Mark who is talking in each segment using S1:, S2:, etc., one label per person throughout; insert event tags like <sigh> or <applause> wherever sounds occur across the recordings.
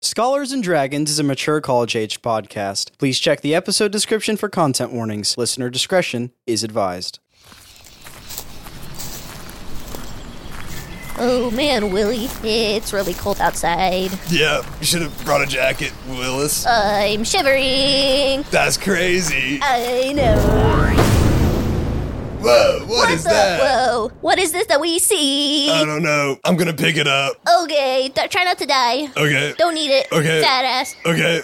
S1: Scholars and Dragons is a mature college age podcast. Please check the episode description for content warnings. Listener discretion is advised.
S2: Oh man, Willie, it's really cold outside.
S3: Yeah, you should have brought a jacket, Willis.
S2: I'm shivering.
S3: That's crazy.
S2: I know.
S3: Whoa, what is
S2: What's up?
S3: that?
S2: Whoa, what is this that we see?
S3: I don't know. I'm gonna pick it up.
S2: okay, th- try not to die.
S3: Okay.
S2: Don't need it.
S3: Uh. Okay.
S2: Fat ass.
S3: Okay.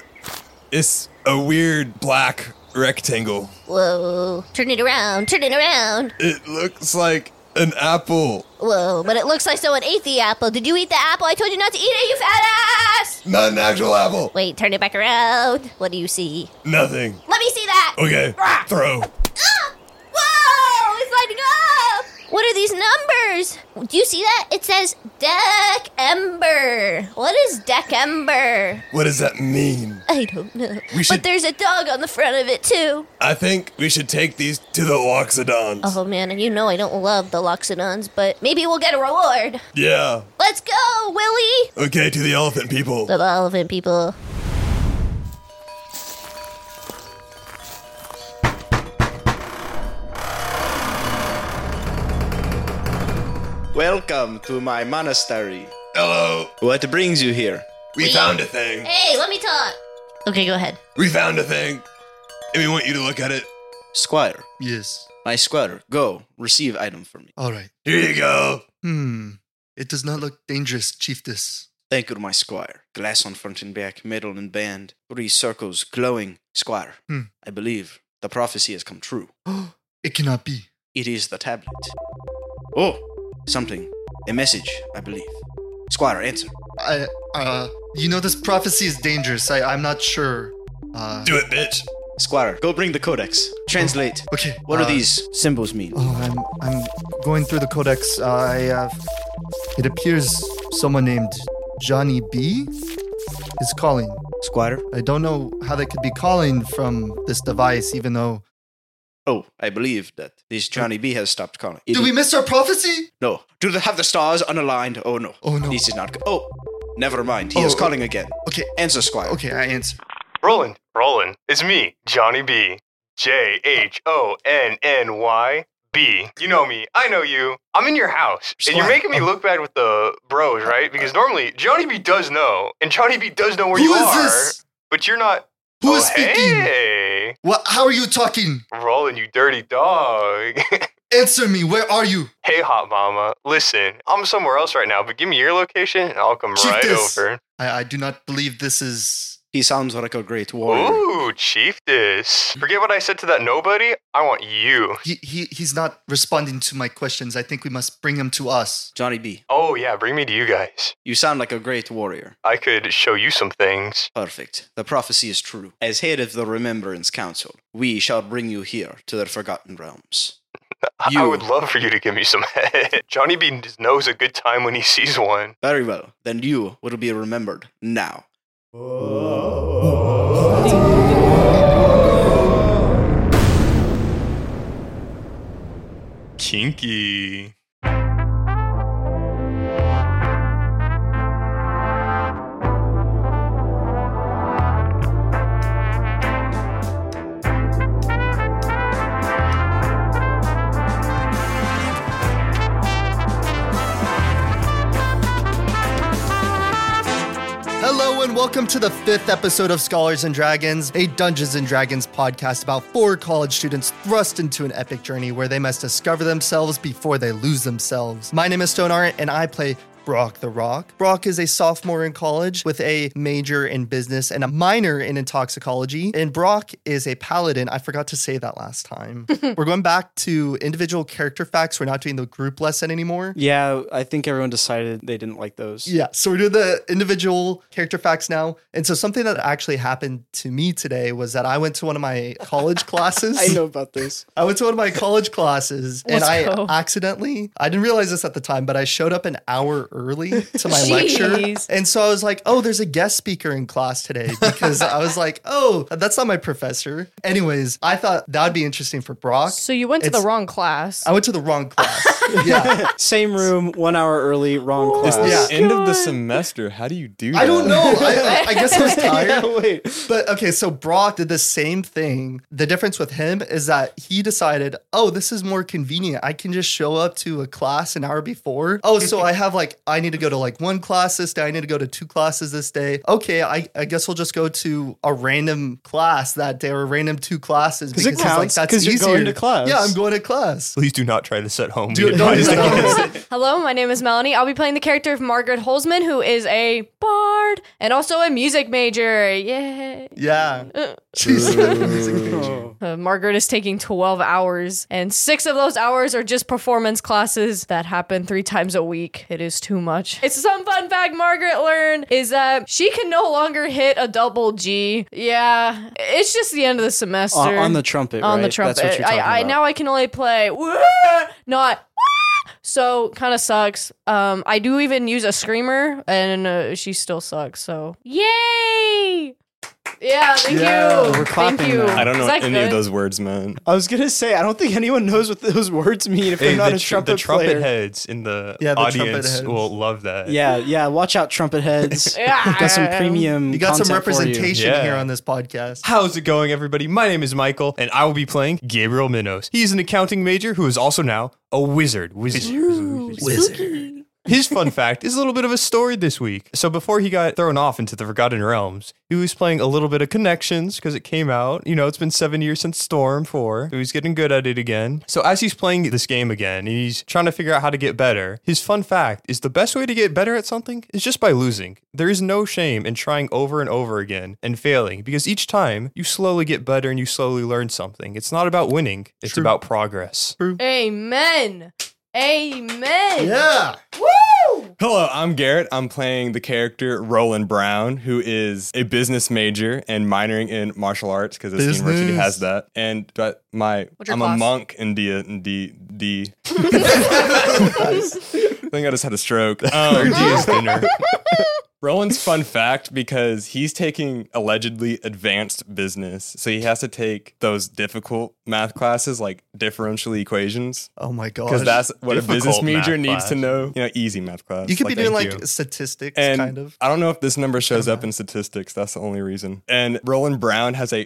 S3: It's a weird black rectangle.
S2: Whoa, turn it around. Turn it around.
S3: It looks like an apple.
S2: Whoa, but it looks like someone ate the apple. Did you eat the apple? I told you not to eat it, you fat ass.
S3: Not an actual apple.
S2: Wait, turn it back around. What do you see?
S3: Nothing.
S2: Let me see that.
S3: Okay.
S2: Ah!
S3: Throw.
S2: Ah! <gasps> Whoa! It's lighting up! What are these numbers? Do you see that? It says Deck Ember. What is Deck Ember?
S3: What does that mean?
S2: I don't know.
S3: We should-
S2: But there's a dog on the front of it, too.
S3: I think we should take these to the Loxodons.
S2: Oh, man, you know I don't love the Loxodons, but maybe we'll get a reward.
S3: Yeah.
S2: Let's go, Willie!
S3: Okay, to the elephant people.
S2: The elephant people.
S4: Welcome to my monastery.
S3: Hello.
S4: What brings you here?
S3: We found a thing.
S2: Hey, let me talk. Okay, go ahead.
S3: We found a thing. And we want you to look at it.
S4: Squire.
S5: Yes.
S4: My squire, go receive item for me.
S5: All right.
S3: Here you go.
S5: Hmm. It does not look dangerous, chiefess.
S4: Thank you, my squire. Glass on front and back, medal and band, three circles glowing. Squire,
S5: Hmm.
S4: I believe the prophecy has come true.
S5: It cannot be.
S4: It is the tablet. Oh, something. A message, I believe. Squire, answer.
S5: I, uh, you know, this prophecy is dangerous. I, I'm not sure. Uh,
S3: Do it, bitch.
S4: Squire, go bring the codex. Translate.
S5: okay.
S4: What
S5: uh,
S4: do these symbols mean?
S5: Oh, I'm, I'm going through the codex. Uh, I, uh, it appears someone named Johnny B is calling.
S4: Squire?
S5: I don't know how they could be calling from this device, even though.
S4: Oh, I believe that this Johnny B has stopped calling. It
S5: Did we miss our prophecy?
S4: No. Do they have the stars unaligned? Oh no.
S5: Oh, no.
S4: This is not. Oh, never mind. He
S5: Oh,
S4: is
S5: oh.
S4: calling again.
S5: Okay.
S4: Answer, Squire.
S5: Okay, I answer.
S6: Roland. Roland. It's me, Johnny B. J H O N N Y B. You know me. I know you. I'm in your house. And you're
S4: Squire.
S6: making me look bad with the
S5: <laughs>
S6: bros, right? Because normally Johnny B does know. And Johnny B does know where
S5: Who
S6: you
S5: is
S6: are.
S5: this?
S6: But you're not.
S5: Who
S6: oh,
S5: is speaking?
S6: Hey.
S5: What? How are you talking?
S6: Roland, you dirty dog. <laughs>
S5: Answer me. Where are you?
S6: hey, hot mama. Listen, I'm somewhere else right now, but give me your location and I'll come
S5: Keep
S6: right
S5: this.
S6: over.
S5: I, I do not believe this is.
S4: He sounds like a great warrior.
S5: Oh.
S6: Ooh, chief this. Forget what I said to that nobody. I want you.
S5: He, he he's not responding to my questions. I think we must bring him to us.
S4: Johnny B,
S6: Oh, yeah, bring me to you guys.
S4: you sound like a great warrior.
S6: I could show you some things.
S4: Perfect. The prophecy is true. As head of the Remembrance Council, we shall bring you here to the Forgotten
S5: <laughs>
S4: Realms.
S6: I- I
S4: You.
S6: would love for you to give me some <laughs> head. Johnny Bean just knows a good time when he sees one.
S4: Very well. Then you will be remembered now.
S6: Kinky.
S5: Hello and welcome to the fifth episode of Scholars and Dragons, a Dungeons and Dragons podcast about four college students thrust into an epic journey where they must discover themselves before they lose themselves. My name is Stoneheart and I play Brock the Rock. Brock is a sophomore in college with a major in business and a minor in toxicology. And Brock is a paladin. I forgot to say that last time. We're going back to individual character facts. We're not doing the group lesson anymore.
S1: Yeah, I think everyone decided they didn't like those.
S5: Yeah, so we do the individual character facts now. And so something that actually happened to me today was that I went to one of my college classes.
S1: I know about this.
S5: I went to one of my college classes and
S7: Let's
S5: I
S7: go.
S5: accidentally, I didn't realize this at the time, but I showed up an hour early to my lecture.
S7: Jeez.
S5: And so I was like, oh, there's a guest speaker in class today because I was like, oh, that's not my professor. Anyways, I thought that'd be interesting for Brock.
S7: So you went to
S5: It's-
S7: the wrong class.
S5: I went to the wrong class. Yeah.
S8: Same room, one hour early, wrong
S6: It's
S8: class.
S6: the
S5: Yeah.
S6: end of the semester. How do you do that?
S5: I don't know. I, I, I guess I was tired.
S7: <laughs>
S8: Yeah, wait.
S5: But okay, so Brock did the same thing. The difference with him is that he decided, oh, this is more convenient. I can just show up to a class an hour before. Oh, so I have like, I need to go to like one class this day. I need to go to two classes this day. Okay, I, I guess we'll just go to a random class that day or random two classes.
S8: Because it
S5: it's,
S8: counts, 'cause you're going to class.
S5: Yeah, I'm going to class.
S6: Please do not try this at home.
S5: Dude,
S6: We
S5: no,
S6: advise
S5: no, no.
S6: against it.
S7: <laughs> Hello, my name is Melanie. I'll be playing the character of Margaret Holzman, who is a bard and also a music major. Yay.
S5: Yeah. She's music major.
S7: Uh, Margaret is taking 12 hours, and six of those hours are just performance classes that happen three times a week. It is too much. It's some fun fact Margaret learned is that she can no longer hit a double G. Yeah, it's just the end of the semester.
S8: On, on the trumpet,
S7: on
S8: right?
S7: the trumpet.
S8: That's what you're talking
S7: I, I,
S8: about.
S7: Now I can only play not. So kind of sucks. Um, I do even use a screamer, and uh, she still sucks. So yay! Yeah, thank
S5: Yeah,
S7: you.
S8: we're clapping
S7: thank you.
S8: now.
S6: I don't know
S7: Is that
S6: what any of
S7: good?
S6: those words meant.
S8: I was gonna say, I don't think anyone knows what those <laughs> words mean if they're not a
S6: the,
S8: trumpet,
S6: trumpet
S8: player.
S6: heads in the,
S5: Yeah, the trumpet
S6: audience
S5: heads.
S6: will love that.
S8: Yeah, yeah. Watch out, trumpet
S7: <laughs>
S8: heads.
S7: Yeah.
S8: got some premium.
S5: You got some
S8: content for you.
S5: representation
S6: Yeah.
S5: here on this podcast.
S6: How's it going, everybody? My name is Michael, and I will be playing Gabriel Minos. He's an accounting major who is also now a wizard. Wizard.
S4: Wizard.
S6: His fun fact is a little bit of a story this week. So before he got thrown off into the Forgotten Realms, he was playing a little bit of Connections because it came out. You know, it's been seven years since Storm 4. He was getting good at it again. So as he's playing this game again and he's trying to figure out how to get better, his fun fact is the best way to get better at something is just by losing. There is no shame in trying over and over again and failing because each time you slowly get better and you slowly learn something. It's not about winning, it's about progress.
S7: Amen. Amen.
S5: Yeah.
S6: Hello, I'm Garrett. I'm playing the character Roland Brown, who is a business major and minoring in martial arts because this
S5: Business.
S6: university has that. And but my
S7: What's your
S6: I'm
S7: class?
S6: a monk in D in D
S7: <laughs>
S6: D. <laughs> I think I just had
S3: <laughs>
S6: a stroke. Um, D is thinner. Roland's fun fact because he's taking allegedly advanced business, so he has to take those difficult math classes like differential equations
S5: Oh my god.
S6: because that's what a business
S9: Difficult math
S6: major needs
S9: class.
S6: to know. You know, easy math class.
S5: you could be doing
S6: thank
S5: like
S6: you.
S5: statistics,
S6: And
S5: kind of.
S6: I don't know if this number shows up in statistics. That's the only reason. And Roland Brown has a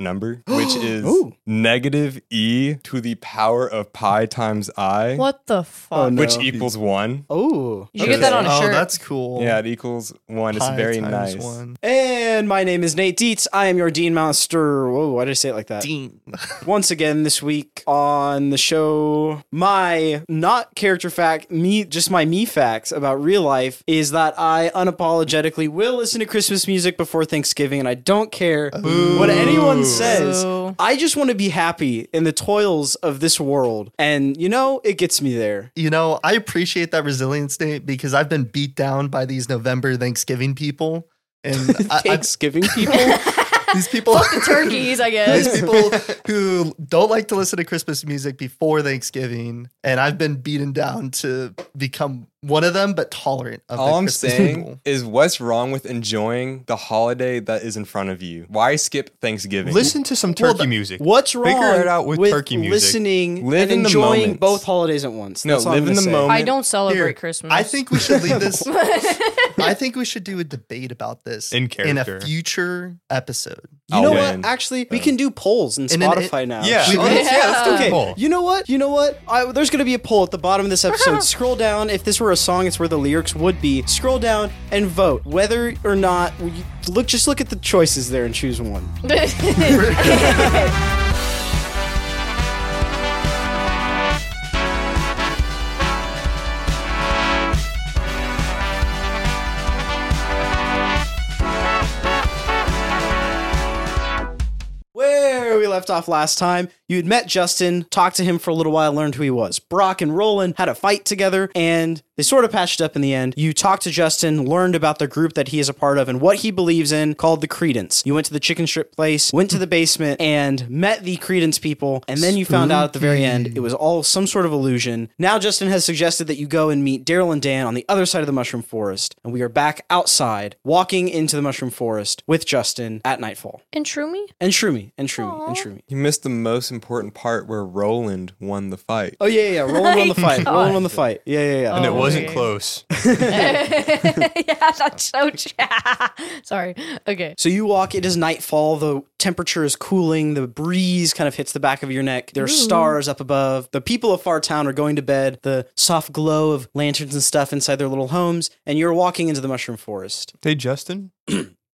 S5: <gasps>
S6: number, which is
S8: Ooh.
S6: negative e to the power of pi times i,
S7: What the fuck?
S8: Oh, no.
S6: which equals one.
S8: Oh.
S7: Did you get that on a
S5: oh,
S7: shirt?
S5: that's cool.
S6: Yeah, it equals one. It's
S5: Pi
S6: very
S5: times
S6: nice.
S5: One.
S8: And my name is Nate Dietz. I am your Dean Master. Whoa, why did I say it like that?
S5: Dean.
S8: <laughs> Once again this week on the show, my not character fact, me just my me facts about real life is that I unapologetically will listen to Christmas music before Thanksgiving and I don't care what anyone says.
S7: Boo.
S8: I just want to be happy in the toils of this world. And you know, it gets me there.
S5: You know, I appreciate that resilience, Nate, because I've been beat down by these November Thanksgiving people,
S7: <laughs>
S5: and I, I,
S8: Thanksgiving people.
S5: <laughs> these people,
S7: <laughs>
S5: <laughs>
S7: Turkeys, I
S5: these
S7: guess.
S5: people who don't like to listen to Christmas music before Thanksgiving, and I've been beaten down to become one of them, but tolerant of the
S6: All I'm
S5: Christmas
S6: saying
S5: people.
S6: is what's wrong with enjoying the holiday that is in front of you? Why skip Thanksgiving? Listen to some turkey music.
S8: What's wrong
S6: Figure it out with turkey music.
S8: listening
S6: Live
S8: and
S6: in the
S8: enjoying
S6: moment.
S8: both holidays at once?
S6: No,
S8: That's all I'm
S6: live in
S8: gonna
S6: the
S8: say.
S6: moment.
S7: I don't celebrate
S5: Here,
S7: Christmas.
S5: I think we should leave
S7: <laughs>
S5: this. I think we should do a debate about this
S6: In
S5: a
S6: character.
S5: future episode.
S8: You know
S6: I'll
S8: what?
S6: win.
S8: Actually, we can do polls in
S5: And then
S8: Spotify
S5: it-
S8: now.
S6: Yeah.
S8: Should
S6: Oh,
S8: we?
S6: yeah, let's do a
S8: okay.
S6: poll.
S8: You know what? You know what? I, there's going to be a poll at the bottom of this episode. Scroll down. If this were a song, it's where the lyrics would be. Scroll down and vote whether or not. You, look, just look at the choices there and choose one. Where we left off last time, you had met Justin, talked to him for a little while, learned who he was. Brock and Roland had a fight together, and They sort of patched up in the end. You talked to Justin, learned about the group that he is a part of and what he believes in called the Credence. You went to the chicken strip place, went to the basement, and met the Credence people. And then you found out at the very end it was all some sort of illusion. Now Justin has suggested that you go and meet Daryl and Dan on the other side of the mushroom forest. And we are back outside, walking into the mushroom forest with Justin at nightfall.
S7: And Shroomy?
S8: And Shroomy, and Shroomy, and Shroomy.
S3: You missed the most important part where Roland won the fight.
S8: Oh yeah, yeah, yeah. Roland won the fight. Roland won the fight. Yeah, yeah, yeah. Um,
S6: And it wasn't
S7: okay.
S6: close.
S7: <laughs> yeah, that's so. <laughs> Sorry. Okay.
S8: So you walk, it is nightfall, the temperature is cooling, the breeze kind of hits the back of your neck. There are stars up above. The people of Far Town are going to bed, the soft glow of lanterns and stuff inside their little homes, and you're walking into the mushroom forest.
S6: Hey,
S10: <clears throat>
S6: Justin.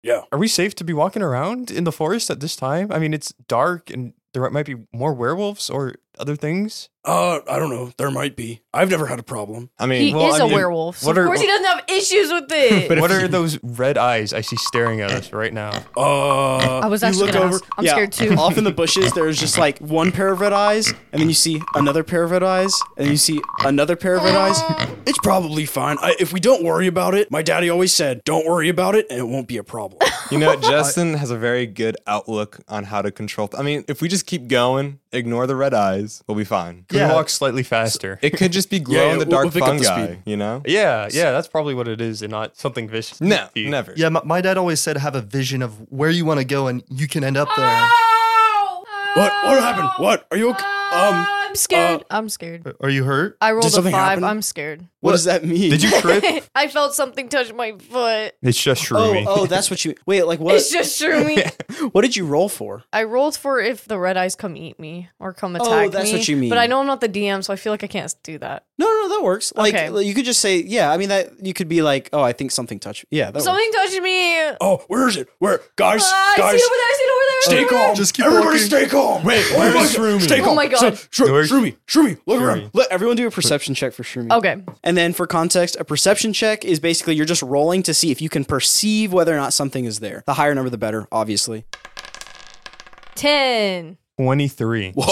S6: yeah. Are we safe to be walking around in the forest at this time? I mean, it's dark and there might be more werewolves or other things.
S10: Uh, I don't know. There might be. I've never had a problem.
S3: I mean,
S7: He
S3: well,
S7: is
S3: I
S7: a
S3: mean,
S7: werewolf. So
S6: what
S7: of
S6: are-
S7: course, he doesn't have issues
S10: <laughs>
S7: with it.
S6: What are those red eyes I see staring at us right now?
S10: Uh,
S7: I was actually
S8: Look
S7: gonna
S8: over.
S7: ask. I'm
S8: yeah,
S7: scared too.
S8: Off in the bushes, there's just like one pair of red eyes, and then you see another pair of red eyes, and you see another pair of red eyes.
S10: it's probably fine. I, if we don't worry about it, my daddy always said, "Don't worry about it, and it won't be
S8: <laughs>
S10: a problem."
S3: You
S7: <laughs>
S3: know, Justin has a very good outlook on how to control. I mean, if we just keep going, ignore the red eyes, we'll be fine.
S6: Can we walk slightly faster?
S3: It could just be glow in
S10: yeah,
S3: the
S10: we'll-
S3: dark
S10: we'll pick up the
S3: fungi,
S10: speed.
S3: you know?
S6: yeah, yeah, that's probably what it is and not something vicious.
S3: No,
S6: Yeah.
S3: never.
S5: Yeah, my, my dad always said have a vision of where you want to go and you can end up there.
S7: Ah!
S10: what? What happened? What? Are you okay? Um,
S7: Oh, I'm scared. I'm scared.
S5: Are you hurt?
S7: I rolled a five.
S10: uh, something happen?
S7: I'm scared. <laughs>
S8: What does that mean?
S6: Did you trip?
S7: I felt something touch my foot.
S6: it's just
S8: Oh,
S6: shroomy.
S8: oh, that's what you. Wait, like what?
S7: It's
S10: <laughs>
S7: just Shroomy.
S8: <laughs> what did you roll for?
S7: I rolled for if the red eyes come eat me or come attack me.
S8: that's what you mean.
S7: But I know I'm not the DM, so I feel like I can't do that.
S8: No, no, that works. Like
S7: Okay.
S8: you could just say, yeah. I mean, that you could be like, oh, I think something touched. Yeah, that works.
S7: Something touched me.
S10: oh, where is it? Where, guys?
S7: Ah, I see
S10: guys,
S7: it over there. I see it over there.
S10: stay
S7: over there.
S10: calm.
S5: Just keep
S10: Everybody,
S5: walking.
S10: stay calm. Wait,
S6: where's Shroomy?
S10: Stay
S7: Oh
S10: calm.
S7: my God.
S10: So, Shro-
S6: Where's-
S10: Shroomy, Shroomy, look around.
S8: Let everyone do a perception check for Shroomy.
S7: Okay.
S8: And then for context, a perception check is basically you're just rolling to see if you can perceive whether or not something is there. The higher number, the better, obviously.
S7: 10.
S6: 23.
S10: Whoa.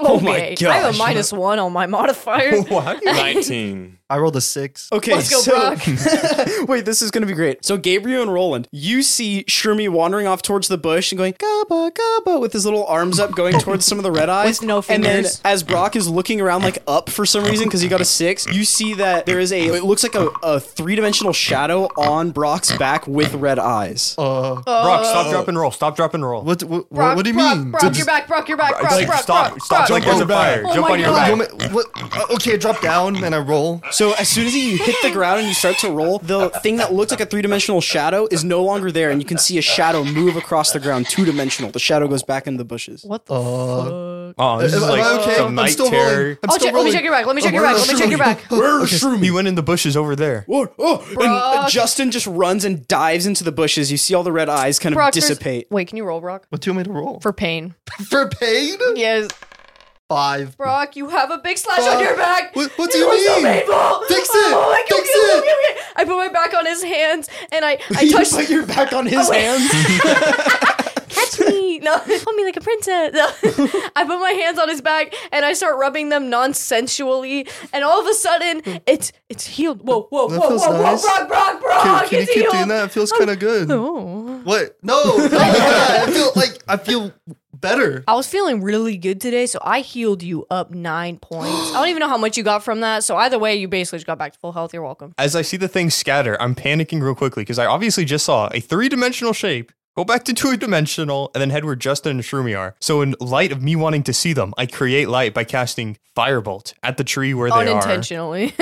S7: Oh my god! I have a minus one on
S6: <laughs>
S7: my modifier.
S3: What? 19.
S5: I rolled a six.
S6: Oh.
S8: Okay,
S7: Let's go,
S8: Brock. <laughs> wait, this is going to be great. So Gabriel and Roland, you see Shroomy wandering off towards the bush and going gaba gaba with his little arms up, going towards some of the red
S7: <laughs>
S8: eyes.
S7: With no
S8: And then
S7: fingers.
S8: as Brock is looking around like up for some reason because he got a six, you see that there is a it looks like a, a three dimensional shadow on Brock's back with red eyes.
S5: Uh,
S6: Brock, stop, drop, and roll. Stop, drop, and roll.
S5: what, what,
S7: Brock,
S5: what do you
S7: Brock,
S5: mean?
S7: Brock, you're back. Brock, you're back. Brock,
S6: Like,
S7: Brock,
S6: stop,
S7: Brock,
S6: stop,
S7: Brock.
S6: like there's a fire.
S7: Oh
S6: Jump
S7: my
S6: on your
S7: God.
S5: You
S6: back.
S5: want me- what- uh, okay, drop down and I roll.
S8: So as soon as you hit the ground and you start to roll, the thing that looked like a three-dimensional shadow is no longer there, and you can see a shadow move across the ground, two-dimensional. The shadow goes back into the bushes.
S7: What the fuck?
S6: Oh, Uh, this
S5: Uh, Am
S6: is
S5: I
S6: like
S5: okay?
S6: some
S5: I'm
S6: night
S5: still rolling.
S6: terror.
S5: I'm still
S7: Oh, check, let me
S5: rolling.
S7: check your back. Let me check your
S5: where's
S7: back. Let me check your back.
S10: Where's
S6: He
S10: Shroomy?
S6: went in the bushes over there.
S10: What? Oh, and
S8: And uh, Justin just runs and dives into the bushes. You see all the red eyes kind of
S7: Brock, there's-
S8: dissipate.
S7: Wait, can you roll, Brock?
S5: What do you want me to roll?
S7: For pain.
S5: For pain?
S7: Yes.
S5: Five.
S7: Brock, you have a big slash
S5: Fuck.
S7: on your back.
S5: What- what do you
S7: It was so
S5: mean?
S7: painful.
S5: Fix it.
S7: Oh my God.
S5: Fix
S7: Okay,
S5: it.
S7: okay, okay. I put my back on his hands and I,
S5: <laughs>
S7: I
S8: you
S7: touched. Oh,
S8: put your back on his
S7: wait.
S8: hands.
S7: <laughs> Catch me. No, <laughs> hold me like a princess. <laughs> No. I put my hands on his back and I start rubbing them non-sensually, and all of a sudden, it's it's healed. Whoa, whoa,
S5: That
S7: whoa,
S5: feels
S7: whoa,
S5: nice.
S7: whoa, Brock, Brock, Brock.
S5: Can, can you
S7: it's
S5: keep
S7: healed.
S5: doing that? It feels kind of good.
S7: Oh.
S5: What?
S7: <laughs>
S5: No. <laughs> no, yeah, I feel like I feel better.
S7: I was feeling really good today, so I healed you up nine points. I don't even know how much you got from that. So either way, you basically just got back to full health. You're welcome.
S6: As I see the thing scatter, I'm panicking real quickly because I obviously just saw a three dimensional shape go back to <laughs> two dimensional and then head where Justin and Shroomy are. So, in light of me wanting to see them, I create light by casting Firebolt at the tree where they are.
S7: Unintentionally.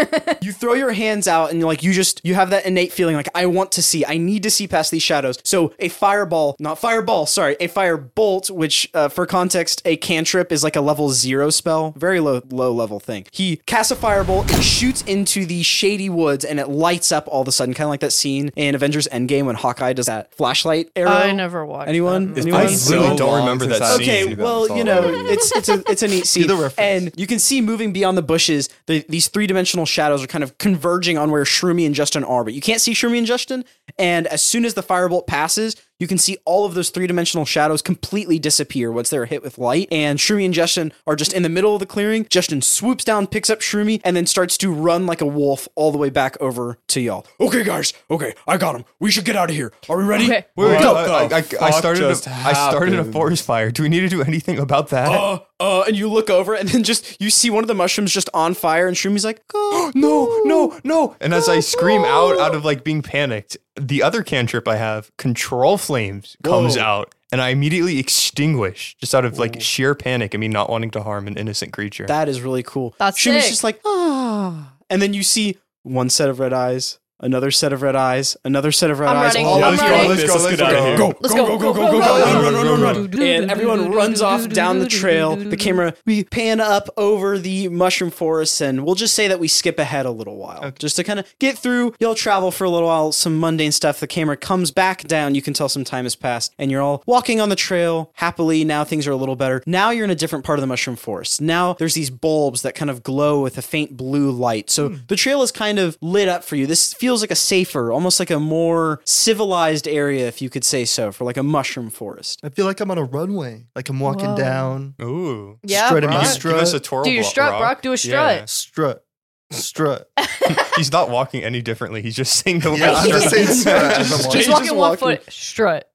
S8: you throw your hands out and like you just you have that innate feeling like I want to see. I need to see past these shadows. So a fireball, not fireball, sorry, a firebolt, which uh, for context, a cantrip is like a level zero spell, very low low level thing. He casts a firebolt, it shoots into the shady woods, and it lights up all of a sudden, kind of like that scene in Avengers Endgame when Hawkeye does that flashlight arrow.
S7: I never watched.
S8: Anyone?
S7: that.
S3: I
S8: Anyone?
S3: really don't remember that scene.
S8: Okay,
S3: That
S8: well,
S3: was all
S8: you know,
S3: I remember.
S8: it's it's a it's a neat scene,
S5: the reference.
S8: and you can see moving beyond the bushes, the, these three dimensional shadows are kind of converging on where Shroomy and Justin are, but you can't see Shroomy and Justin. And as soon as the firebolt passes, you can see all of those three dimensional shadows completely disappear once they're hit with light. And Shroomy and Justin are just in the middle of the clearing. Justin swoops down, picks up Shroomy, and then starts to run like a wolf all the way back over to y'all.
S10: Okay, guys. Okay, I got him. We should get out of here. Are we ready?
S7: Okay.
S6: Wait, wait,
S3: What
S6: I,
S3: the
S6: I, I
S3: fuck
S6: started. A,
S3: just
S6: I started a
S3: happened?
S6: forest fire. Do we need to do anything about that?
S10: Uh,
S8: Uh, and you look over, and then just you see one of the mushrooms just on fire, and Shroomi's like, <gasps> "Go!"
S6: no, no, no! And as I scream out, out of like being panicked, the other cantrip I have, control flames, comes out, and I immediately extinguish, just out of like sheer panic. I mean, not wanting to harm an innocent creature.
S8: That is really cool.
S7: That's
S8: Shumi's
S7: sick.
S8: just like, ah. And then you see one set of red eyes, another set of red eyes, another set of red
S7: I'm
S8: eyes.
S7: running.
S8: All
S7: I'm
S8: up
S7: running.
S8: here.
S7: Alright.
S3: let's go, let's
S10: get out of here. Go,
S7: Let's
S10: go, go, go, go, go, go, run, run, run, run.
S8: And everyone runs off down the trail. The camera, we pan up over the mushroom forest, and we'll just say that we skip ahead a little while just to kind of get through. Y'all travel for a little while, some mundane stuff. The camera comes back down. You can tell some time has passed, and you're all walking on the trail happily. Now things are a little better. Now you're in a different part of the mushroom forest. Now there's these bulbs that kind of glow with a faint blue light. So the trail is kind of lit up for you. This feels like a safer, almost like a more civilized area, if you could say so, for like a mushroom forest.
S5: I feel like I'm on a runway. Like I'm walking
S7: Whoa.
S5: down.
S6: Ooh.
S7: Yeah,
S5: strutting
S7: Brock.
S5: my
S6: Give us a
S5: strut.
S6: twirl.
S7: Do your
S6: blo-
S7: strut, Brock. Do a strut.
S5: Strut.
S7: <laughs>
S5: Strut.
S6: Yeah. He's not walking any differently. He's just saying
S5: <laughs>
S6: the
S5: Yeah,
S6: word
S5: I'm
S6: <laughs>
S5: just
S6: strut.
S5: saying strut. as I'm
S7: Just,
S5: walking.
S8: He's
S7: walking
S8: just
S7: one
S8: walking.
S7: foot. Strut.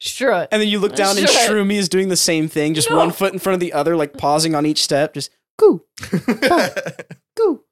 S7: Strut.
S8: And then you look down and
S7: Shit.
S8: Shroomy is doing the same thing, just
S7: No.
S8: one foot in front of the other, like pausing on each step, just goo, goo,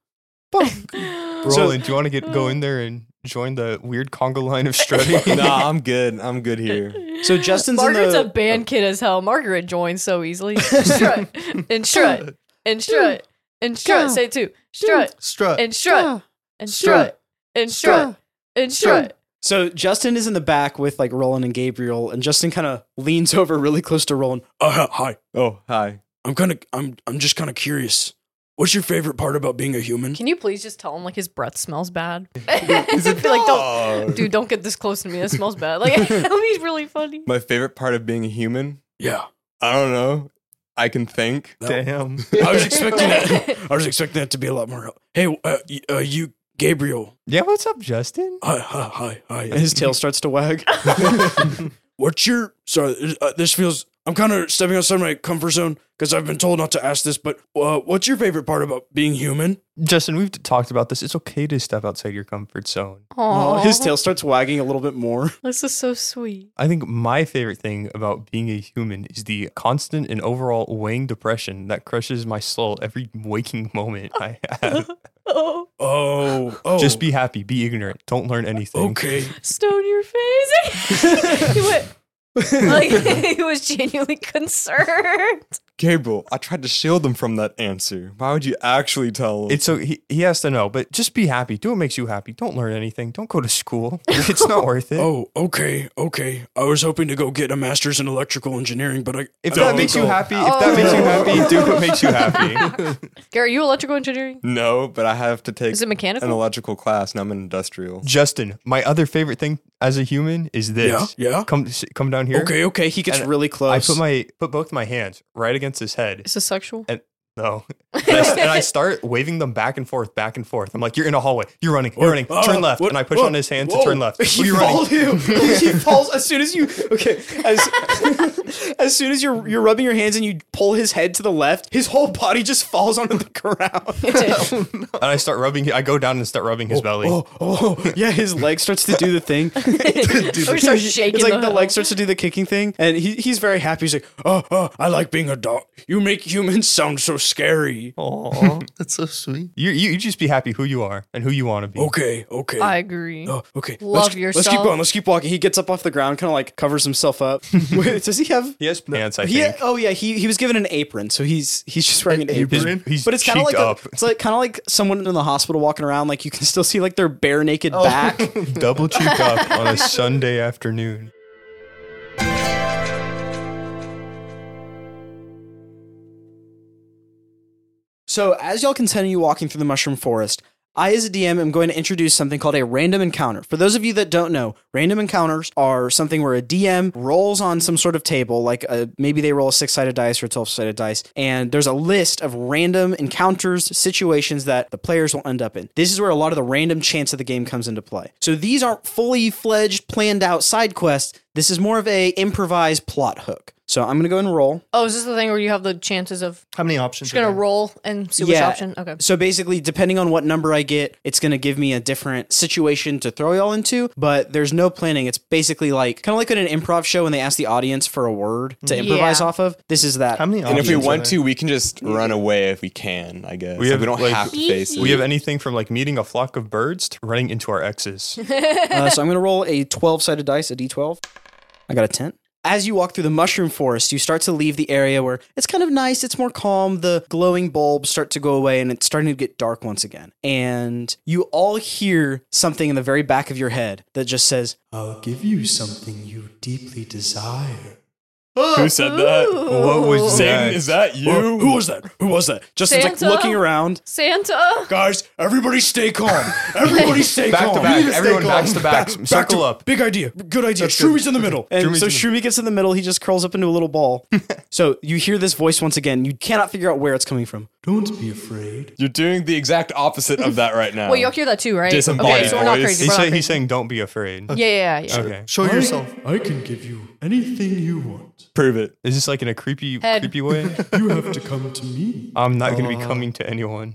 S6: Roland, do you want to get go in there and join the weird Congo line
S5: <laughs>
S6: of strutting?
S3: nah, I'm good. I'm good here.
S8: So Justin's in
S7: Margaret's
S8: the
S7: a band kid as hell. Margaret joins so easily. Strut. and strut. And strut. And strut. Say it too. Strut.
S5: Strut.
S7: And strut. And strut. And strut. And strut.
S8: so Justin is in the back with like Roland and Gabriel, and Justin kind of leans <laughs> over really close to Roland.
S10: uh, hi.
S3: Oh, hi.
S10: I'm kind of. I'm. I'm just kind of curious. What's your favorite part about being a human?
S7: Can you please just tell him like his breath smells bad? Is it <laughs> like don't dude, don't get this close to me. That smells bad. Like <laughs> that would be really funny.
S3: My favorite part of being a human?
S10: Yeah.
S3: I don't know. I can think.
S6: Damn.
S10: I was expecting that. I was expecting that to be a lot more. Hey, uh, y- uh, you, Gabriel.
S6: Yeah, what's up, Justin?
S10: Hi, hi, hi, hi.
S8: And his tail starts to wag. <laughs>
S10: What's your? Sorry, uh, this feels. I'm kind of stepping outside my comfort zone because I've been told not to ask this. But uh, what's your favorite part about being human?
S6: Justin, we've talked about this. It's okay to step outside your comfort zone.
S8: Aw,
S7: Aww,
S8: his tail starts wagging a little
S7: <laughs>
S8: bit more.
S7: <laughs> This is so sweet.
S6: I think my favorite thing about being a human is the constant and overall weighing depression that crushes my soul every waking <laughs> moment I have.
S7: Oh,
S10: Oh, oh.
S6: Just be happy, be ignorant, don't learn anything.
S10: okay.
S7: stone your face. <laughs> he went like <laughs> he was genuinely concerned.
S3: Gabriel, I tried to shield them from that answer. Why would you actually tell them?
S6: It's so he, he has to know, but just be happy. Do what makes you happy. Don't learn anything. Don't go to school. <laughs> It's not worth it.
S10: Oh, okay, okay. I was hoping to go get a master's in electrical engineering, but I
S6: if that
S10: I don't
S6: makes you
S10: think I'll-
S6: happy, if that
S5: Oh.
S6: makes you happy, do what makes you happy. <laughs>
S7: Gary, are you electrical engineering?
S3: no, but I have to take
S7: Is it mechanical?
S3: an electrical class and I'm an industrial.
S6: Justin, my other favorite thing as a human is this.
S10: Yeah, yeah.
S6: Come come down here.
S10: Okay, okay.
S8: He gets
S6: And
S8: really
S6: I
S8: close.
S6: put my put both my hands right against his head.
S7: Is this sexual?
S6: No. And I, and I start waving them back and forth, back and forth. I'm like, you're in a hallway. You're running. You're running.
S10: Oh,
S6: turn left.
S10: what-
S6: And I push
S10: whoa,
S6: on his hand
S10: whoa.
S6: to turn left.
S8: He
S10: <laughs>
S6: You're
S8: falls.
S6: running.
S8: You. he falls as soon as you. Okay, as as soon as you're you're rubbing your hands and you pull his head to the left, his whole body just falls onto the ground.
S6: And I start rubbing. I go down and start rubbing his belly.
S8: Oh, oh, yeah, his leg starts to do the <laughs> thing.
S7: Or Oh, you start shaking
S8: It's like the
S7: the-
S8: leg starts to do the kicking thing, and he, he's very happy. He's like,
S10: Oh, oh, I like being a dog. You make humans sound so scary.
S6: Aw.
S5: That's so sweet.
S6: you, you, you just be happy who you are and who you want to be.
S10: Okay, okay.
S7: I agree.
S10: Oh, okay.
S7: Love
S10: let's,
S7: yourself.
S10: Let's keep going.
S8: let's keep walking. He gets up off the ground, kind of like covers himself up. Wait, does he have?
S6: He has pants, I
S8: He,
S6: think.
S8: oh yeah, he, he was given an apron, so he's he's just wearing an,
S5: An
S8: apron.
S5: apron?
S6: He's
S8: but it's kind of like
S6: cheeked
S8: a,
S6: up.
S8: it's like kind of like someone in the hospital walking around, like you can still see like their bare naked back.
S6: Double cheeked up on a Sunday
S8: <laughs>
S6: afternoon.
S8: So as y'all continue walking through the mushroom forest, I as a DM am going to introduce something called a random encounter. For those of you that don't know, random encounters are something where a DM rolls on some sort of table, like a, maybe they roll a six-sided dice or a twelve-sided dice, and there's a list of random encounters, situations that the players will end up in. This is where a lot of the random chance of the game comes into play. So these aren't fully fledged, planned out side quests. This is more of a improvised plot hook. So I'm gonna go and roll.
S7: Oh, is this the thing where you have the chances of
S5: How many options?
S7: just gonna
S5: are there?
S7: roll and see which
S8: Yeah.
S7: option? Okay.
S8: So basically, depending on what number I get, it's going to give me a different situation to throw y'all into, but there's no planning. It's basically like kind of like in an improv show when they ask the audience for a word to improvise
S7: Mm-hmm. Yeah.
S8: off of. This is that.
S5: How many
S3: And
S5: options?
S3: if we
S5: are
S3: want
S5: there?
S3: to, we can just
S7: Mm.
S3: run away if we can, I guess.
S6: We
S3: We,
S6: have,
S3: we don't
S6: like-
S3: have to face it.
S6: We have anything from like meeting a flock of birds to running into our exes.
S8: Uh, so I'm going to roll a 12 sided dice, a d12. I got a 10. As you walk through the mushroom forest, you start to leave the area where it's kind of nice, it's more calm, the glowing bulbs start to go away, and it's starting to get dark once again. And you all hear something in the very back of your head that just says,
S10: I'll give you something you deeply desire.
S3: Who said that? What was Satan? Is that you?
S10: Who, who was that? Who was that? Justin's like,
S7: Santa?
S8: looking around,
S7: Santa.
S10: guys, everybody stay calm. Everybody stay
S6: Back
S10: calm.
S6: to
S3: <laughs>
S10: You
S6: back.
S10: need stay
S6: Everyone
S10: calm.
S6: backs to back.
S10: Back
S6: Circle
S5: <laughs>
S10: to-
S6: up.
S10: Big idea. Good idea. Shroomi's in the middle.
S8: And
S6: Shroomy's
S8: so
S6: in the-
S8: Shroomy gets in the middle. He just curls up into a little ball.
S5: <laughs>
S8: so you hear this voice once again. You cannot figure out where it's coming from.
S10: Don't be afraid.
S3: You're doing the exact opposite of that right now.
S7: Well, y'all hear that too, right?
S3: Disembodied
S7: okay, so we're not
S3: voice.
S7: crazy.
S3: He
S7: We're
S6: He's,
S7: not
S6: say,
S7: crazy.
S6: he's saying, don't be afraid.
S7: yeah, yeah, yeah.
S6: Okay.
S5: show yourself.
S10: I can give you anything you want.
S3: Prove it.
S6: Is this like in a creepy,
S7: Head.
S6: creepy way?
S10: You have to come to me.
S6: I'm not
S8: <laughs>
S6: going to
S8: Uh-huh.
S6: be coming to anyone.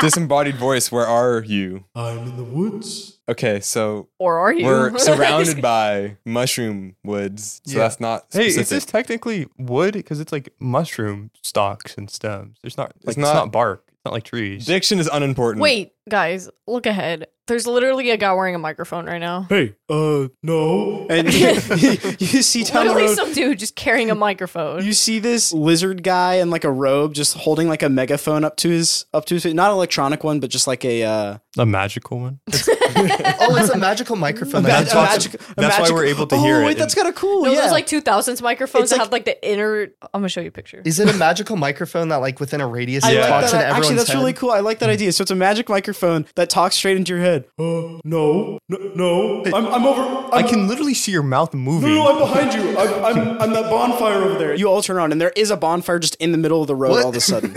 S3: Disembodied voice. Where are you?
S10: I'm in the woods.
S3: Okay, so
S7: Or are you?
S3: we're
S7: <laughs>
S3: surrounded by mushroom woods. So
S5: Yeah.
S3: that's not
S6: Hey,
S3: specific.
S6: is this technically wood? Because it's like mushroom stalks and stems. There's not, like, it's, not,
S3: not-
S6: bark. It's not like trees.
S3: Diction is unimportant.
S7: Wait, guys, look ahead. There's literally a guy wearing a microphone right now.
S10: Hey, uh, no.
S5: <laughs>
S8: And <laughs> you, you see down the
S7: Literally,
S8: road.
S7: some dude just carrying a microphone.
S8: You see this lizard guy in like a robe, just holding like a megaphone up to his up to his not an electronic one, but just like a uh,
S6: A magical one.
S5: Oh, it's a
S6: <laughs>
S5: magical microphone.
S8: ma-
S6: That's
S8: a
S6: why-
S8: magic- a
S6: that's why
S8: magic-
S6: we're able to
S8: oh,
S6: hear it
S8: Wait,
S6: and-
S8: that's kind of cool.
S7: No,
S8: yeah.
S7: There's like 2000s microphones
S8: It's
S7: that
S8: like-
S7: have like the inner. I'm gonna show you a picture.
S5: Is it a magical microphone that, like, within a radius,
S8: I
S5: it
S6: Yeah.
S8: like
S5: talks
S8: that.
S5: into everyone's
S8: Actually, that's
S5: head? Hmm.
S8: really cool. I like that idea. So it's a magic microphone that talks straight into your head.
S10: Uh, no. No, no. I'm, I'm over. I'm,
S6: I can literally see your mouth moving.
S10: No, I'm behind you. I'm, I'm, I'm that bonfire over there.
S8: You all turn around, and there is a bonfire just in the middle of the road.
S5: What?
S8: All of a sudden,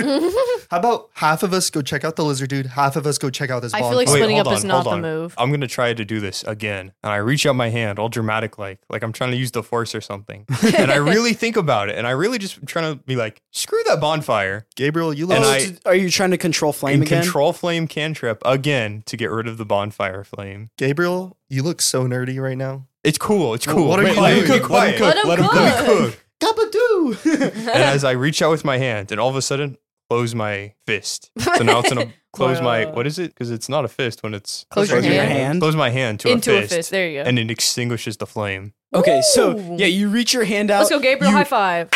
S5: <laughs> How about half of us go check out the lizard dude, half of us go check out this
S7: I feel
S5: bonfire?
S7: like splitting
S6: hold
S7: up is
S6: on,
S7: not
S6: hold
S7: the
S6: on.
S7: move.
S6: I'm gonna try to do this again, and I reach out my hand, all dramatic like, like I'm trying to use the force or
S7: <laughs>
S6: something. and I really think about it, and I really just trying to be like, screw that bonfire,
S5: Gabriel, you
S6: and
S5: lost.
S6: I
S8: are you trying to control flame
S6: and
S8: again?
S6: control flame cantrip again to get rid of the bonfire flame.
S5: Gabriel, you look so nerdy right now.
S6: It's cool. It's cool.
S5: what are
S6: Be
S5: you
S6: quiet,
S5: doing?
S6: be
S5: Let him
S6: quiet.
S7: cook, Let him let him cook.
S5: Gabadoo!
S7: <laughs>
S6: and as I reach out with my hand, and all of a sudden close my fist. So now it's
S7: <laughs>
S6: gonna close my
S7: Wow.
S6: what is it? Because it's not a fist when it's
S7: Close your
S8: your
S7: hand.
S8: hand.
S6: Close my hand to
S7: Into
S6: a
S7: a
S6: fist.
S7: fist, there you go.
S6: And it extinguishes the flame.
S8: Okay, so
S7: Ooh.
S8: yeah, you reach your hand out.
S7: Let's go, Gabriel.
S8: you-
S7: high five.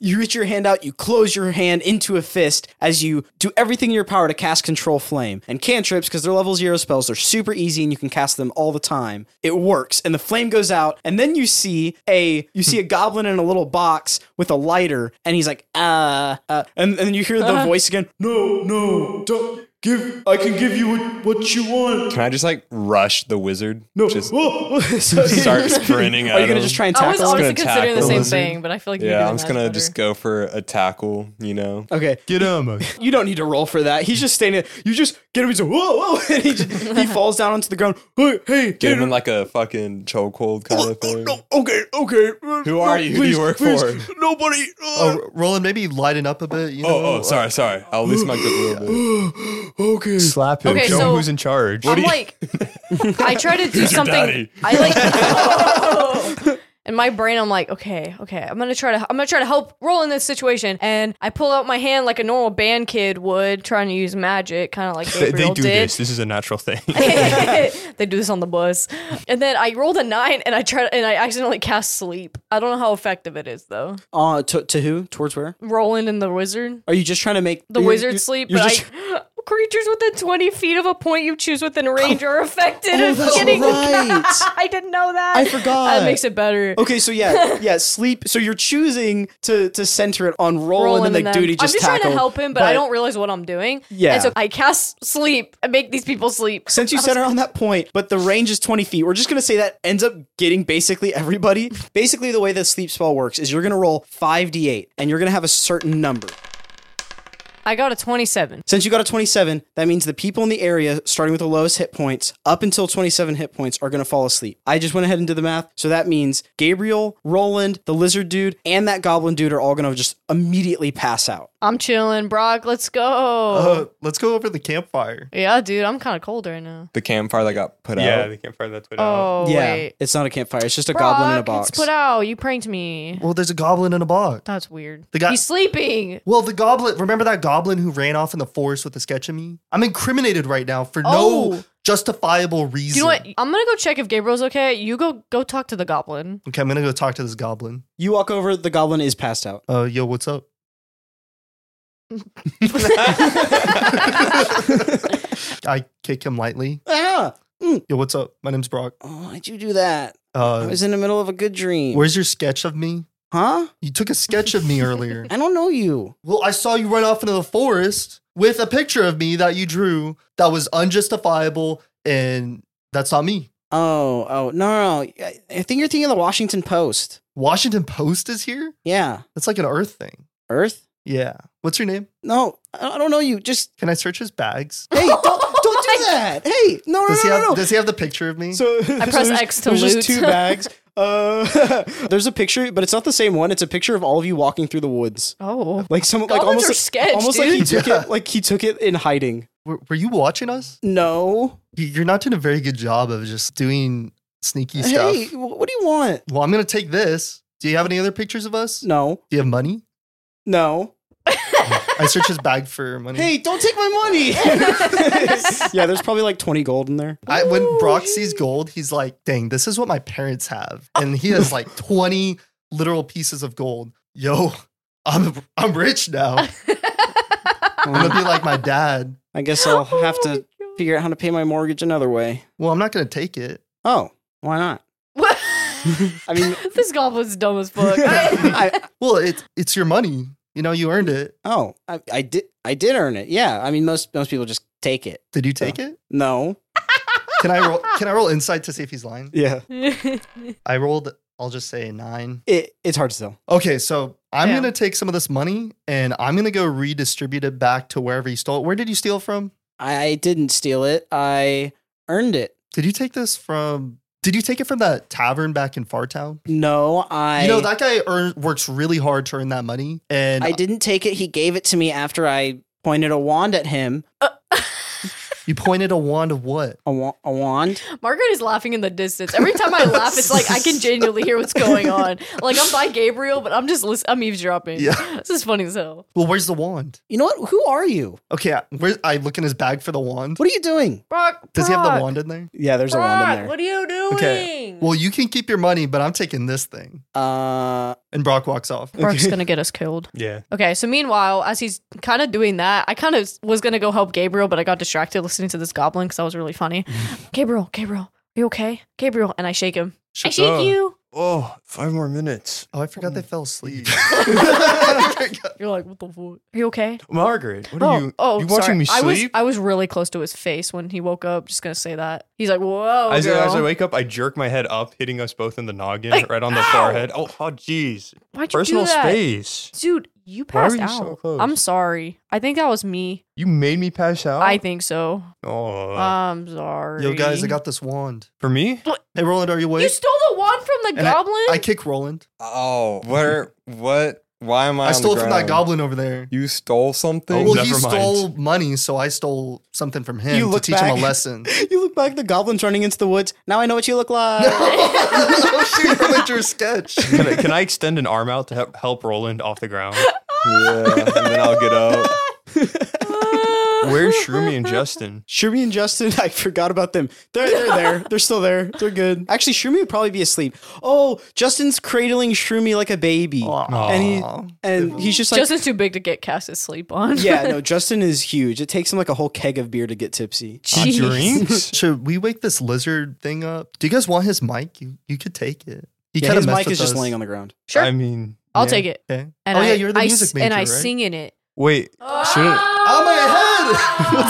S8: You reach your hand out, you close your hand into a fist as you do everything in your power to cast Control Flame. And cantrips, because they're level zero spells, they're super easy and you can cast them all the time. It works, and the flame goes out, and then you see a
S7: <laughs>
S8: you see a goblin in a little box with a lighter, and he's like, uh, uh and, and then you hear the
S7: Uh-huh.
S8: voice again. <laughs>
S10: No, no. Don't give. I can give you what, what you want.
S3: Can I just like rush the wizard?
S10: No.
S3: Just
S10: Oh,
S7: <laughs>
S3: <laughs>
S8: So-
S3: start sprinting at
S8: Are you gonna
S3: him?
S8: just try and
S7: I was
S8: tackle him?
S7: honestly
S3: gonna
S7: considering the
S3: tackle
S7: same
S3: him.
S7: thing, but I feel like you're
S3: Yeah,
S7: doing
S3: I'm just
S7: that
S3: gonna
S7: better.
S3: just go for a tackle, you know?
S8: Okay,
S6: Get him.
S8: you don't need to roll for that. He's just standing. there. You just get him. He's like, whoa, <laughs> whoa, and he,
S7: <laughs>
S8: just, he falls down onto the ground.
S10: hey, hey.
S3: Get him in like a fucking chokehold kind of thing.
S10: Okay, okay. Uh,
S3: Who are you? Who do you work for?
S10: Nobody. uh,
S5: <laughs> oh, Roland, maybe lighten up a bit. You know?
S3: Oh, oh, sorry, sorry. I'll lose my good <laughs> a little bit.
S10: okay.
S6: Slap him.
S7: Okay,
S6: Show
S7: so-
S6: who's in charge.
S7: I'm like, I try to do something.
S3: daddy.
S7: I like. In my brain, I'm like, okay, okay, I'm gonna try to, I'm gonna try to help roll in this situation, and I pull out my hand like a normal band kid would, trying to use magic, kind of like
S6: They,
S7: Gabriel
S6: they do
S7: did.
S6: this. This is a natural thing.
S7: <laughs> they do this on the bus, and then I rolled a nine, and I tried, and I accidentally cast sleep. I don't know how effective it is though.
S8: Uh, to, to who? Towards where?
S7: Roland and the wizard.
S8: Are you just trying to make
S7: the
S8: you're-
S7: wizard
S8: you're-
S7: sleep,
S8: you're
S7: but
S8: just-
S7: I, <gasps> creatures within 20 feet of a point you choose within range are affected. Oh,
S8: that's
S7: <laughs>
S8: right.
S7: I didn't know that.
S8: I
S7: <laughs>
S8: forgot.
S7: That makes it better.
S8: Okay, so
S7: <laughs>
S8: yeah, yeah, sleep. So you're choosing to to center it on Roland,
S7: Roland
S8: and the
S7: and
S8: dude he
S7: them. I'm
S8: just
S7: just trying to
S8: tackled,
S7: help him, but, I don't realize what I'm doing.
S8: Yeah.
S7: And so I cast sleep and make these people sleep.
S8: Since you center on that point, but the range is 20 feet, we're just gonna say that ends up getting basically everybody.
S7: <laughs>
S8: Basically, the way the sleep spell works is you're gonna roll 5d8 and you're gonna have a certain number.
S7: I got a 27.
S8: Since you got a 27, that means the people in the area, starting with the lowest hit points up until 27 hit points, are going to fall asleep. I just went ahead and did the math. So that means Gabriel, Roland, the lizard dude, and that goblin dude are all going to just immediately pass out.
S7: I'm chilling, Brock. Let's go.
S6: oh.
S8: Uh-huh.
S5: Uh, let's go over the campfire.
S7: yeah, dude, I'm kind of cold right now.
S3: The campfire that got put
S6: Yeah,
S3: out.
S6: they can't find that put out.
S7: Oh,
S8: yeah.
S7: wait.
S8: It's not a campfire, it's just a
S7: Brock,
S8: goblin in a box.
S7: It's put out. You pranked me.
S5: Well, there's a goblin in a box.
S7: That's weird.
S5: The guy-
S7: He's sleeping.
S5: Well, the goblin, remember that goblin who ran off in the forest with a sketch of me? I'm incriminated right now for
S7: Oh.
S5: no justifiable reason.
S7: You know what? I'm gonna go check if Gabriel's okay. You go go talk to the goblin.
S5: Okay, I'm gonna go talk to this goblin.
S8: you walk over, the goblin is passed out.
S5: Uh, yo, what's
S8: <laughs>
S5: up? I kick him lightly.
S8: Ah,
S5: Yo, what's up? My name's Brock.
S8: oh, why'd you do that? I
S5: Uh,
S8: was in the middle of a good dream.
S5: where's your sketch of me?
S8: huh?
S5: You took a sketch of me
S8: <laughs>
S5: earlier.
S8: I don't know you.
S5: Well, I saw you run off into the forest with a picture of me that you drew that was unjustifiable, and that's not me.
S8: Oh, oh, no, no, no. I, I think you're thinking of the Washington Post.
S5: Washington Post is here?
S8: Yeah.
S5: That's like an Earth thing.
S8: Earth?
S5: Yeah. What's your name?
S8: No, I I don't know you. Just
S5: Can I search his bags?
S7: <laughs>
S8: Hey,
S7: Oh
S8: don't, don't do that. Hey, no, no,
S5: Does he
S8: no,
S5: have
S8: no, no.
S5: Does he have the picture of me?
S8: <laughs> So I
S7: press X to
S8: there's
S7: loot.
S8: just
S5: <laughs>
S8: two bags. Uh, <laughs> there's a picture, but it's not the same one. It's a picture of all of you walking through the woods,
S7: Oh,
S8: like some, like
S7: Goblins
S8: almost,
S7: are
S8: like,
S7: sketch,
S8: almost like he
S5: dude.
S8: took
S5: Yeah.
S8: it, like he took it in hiding.
S5: were, were you watching us?
S8: No,
S5: You- You're not doing a very good job of just doing sneaky stuff.
S8: hey, wh- what do you want?
S5: Well, I'm gonna take this. Do you have any other pictures of us?
S8: No,
S5: Do you have money?
S8: no.
S5: I search his bag for money.
S8: Hey, don't take my money.
S7: <laughs>
S8: <laughs> yeah, there's probably like 20 gold
S5: <laughs>
S8: in there.
S5: I, when Brock sees gold, he's like, dang, this is what my parents have. And he has
S8: <laughs>
S5: like 20 literal pieces of gold. Yo, I'm I'm rich now. I'm gonna be like my dad.
S8: I guess I'll have
S7: Oh
S8: to figure out how to pay my mortgage another way.
S5: Well, I'm not gonna take it.
S8: Oh, why not?
S7: What? <laughs>
S8: I mean,
S7: this goblin's dumb
S5: <laughs>
S7: as fuck.
S8: <laughs> I,
S5: Well, it's it's your money. You know, you earned it.
S8: Oh, I, I did. I did earn it. Yeah. I mean, most most people just take it.
S5: Did you take it?
S8: No.
S5: Can I roll can I roll insight to see if he's lying?
S8: Yeah.
S5: I rolled, I'll just say a nine.
S8: It it's hard to tell.
S5: Okay, so I'm
S7: Yeah.
S5: gonna take some of this money and I'm gonna go redistribute it back to wherever you stole it. Where did you steal it from?
S8: I didn't steal it. I earned it.
S5: Did you take this from? Did you take it from that tavern back in Fartown?
S8: No, I.
S5: you know that guy earn, works really hard to earn that money, and
S8: I didn't take it. He gave it to me after I pointed a wand at him.
S5: you pointed a wand of what?
S8: A, wa- a wand.
S7: <laughs> Margaret is laughing in the distance. Every time I laugh, it's like I can genuinely hear what's going on. Like I'm by Gabriel, but I'm just listen- I'm eavesdropping.
S5: Yeah.
S7: <laughs> This is funny as hell.
S5: Well, where's the wand?
S8: You know what? Who are you?
S5: Okay, I, where, I look in his bag for the wand.
S8: What are you doing?
S7: Brock.
S5: Does he have the
S7: Brock,
S5: wand in there?
S8: Yeah, there's
S7: Brock,
S8: a wand in there.
S7: what are you doing?
S5: Okay. Well, you can keep your money, but I'm taking this thing.
S8: Uh,
S5: And Brock walks off.
S7: Brock's gonna get us killed.
S6: <laughs> Yeah.
S7: Okay, so meanwhile, as he's kind of doing that, I kind of was gonna go help Gabriel, but I got distracted listening to this goblin because that was
S6: <laughs>
S7: really funny. Gabriel, Gabriel, are you okay? Gabriel, and I shake him. I shake
S6: Oh.
S7: you.
S6: Oh, five more minutes.
S5: Oh, I forgot they fell asleep. <laughs>
S7: You're like, what the fuck? Are you okay?
S6: Margaret, what are you?
S7: oh,
S6: you watching me
S7: sorry. I was
S6: sleep?
S7: I was really close to his face when he woke up. Just gonna say that he's like, whoa,
S6: as,
S7: Oh, girl.
S6: as I wake up, I jerk my head up, hitting us both in the noggin,
S7: Like,
S6: right on the
S7: ow!
S6: forehead. Oh, oh, jeez.
S7: Why'd you
S6: Personal
S7: do that?
S6: space.
S7: dude? You
S6: Why were
S7: passed
S6: you so
S7: out.
S6: close?
S7: I'm sorry. I think that was me.
S6: You made me pass out.
S7: I think uh, so.
S6: Oh,
S7: I'm sorry.
S5: Yo, guys, I got this wand.
S6: for me?
S5: Hey, Roland, are you awake?
S7: You stole the wand from the
S5: And
S7: goblin.
S5: I kick Roland.
S3: Oh, where? What? Why am I?
S5: I,
S3: on the
S5: stole from that
S3: ground? Oh,
S5: goblin over there.
S3: You stole something.
S5: well,
S6: never
S5: he
S6: mind.
S5: stole money, so I stole something from him to
S8: You look
S5: teach him a
S8: back. <laughs>
S5: lesson.
S8: <laughs>
S5: <laughs>
S8: you look back. The goblin's running into the woods. Now I know what you look like.
S5: oh, shoot, Roland drew a sketch.
S6: Can I, can I extend an arm out to help, help Roland off the ground?
S3: yeah, and then I'll get up.
S6: Where's Shroomy and Justin?
S8: Shumi and Justin, <laughs> I forgot about them. They're, they're
S5: <laughs>
S8: there. They're still there. They're good. Actually, Shroomy would probably be asleep. Oh, Justin's cradling Shroomy like a baby. And he and he's just like
S7: Justin's too big to get cast to sleep
S5: <laughs>
S7: on. <laughs>
S8: Yeah, no, Justin is huge. It takes him like a whole keg of beer to get tipsy.
S7: Jeez.
S8: <laughs>
S6: Drinks?
S5: Should we wake this lizard thing up? Do you guys want his mic? You you could take it. He
S8: Yeah,
S5: kinda
S8: his
S5: messed
S8: mic
S5: with
S8: is just
S5: us.
S8: laying on the ground.
S7: Sure.
S6: I mean,
S7: I'll
S6: yeah.
S7: take it.
S5: Okay.
S7: And
S5: oh
S7: I,
S5: yeah, you're the
S7: I
S5: music
S7: s-
S5: major,
S7: and I
S5: right?
S7: sing in it.
S6: <laughs> Wait,
S5: on
S6: shouldn't
S8: <laughs>
S5: my head.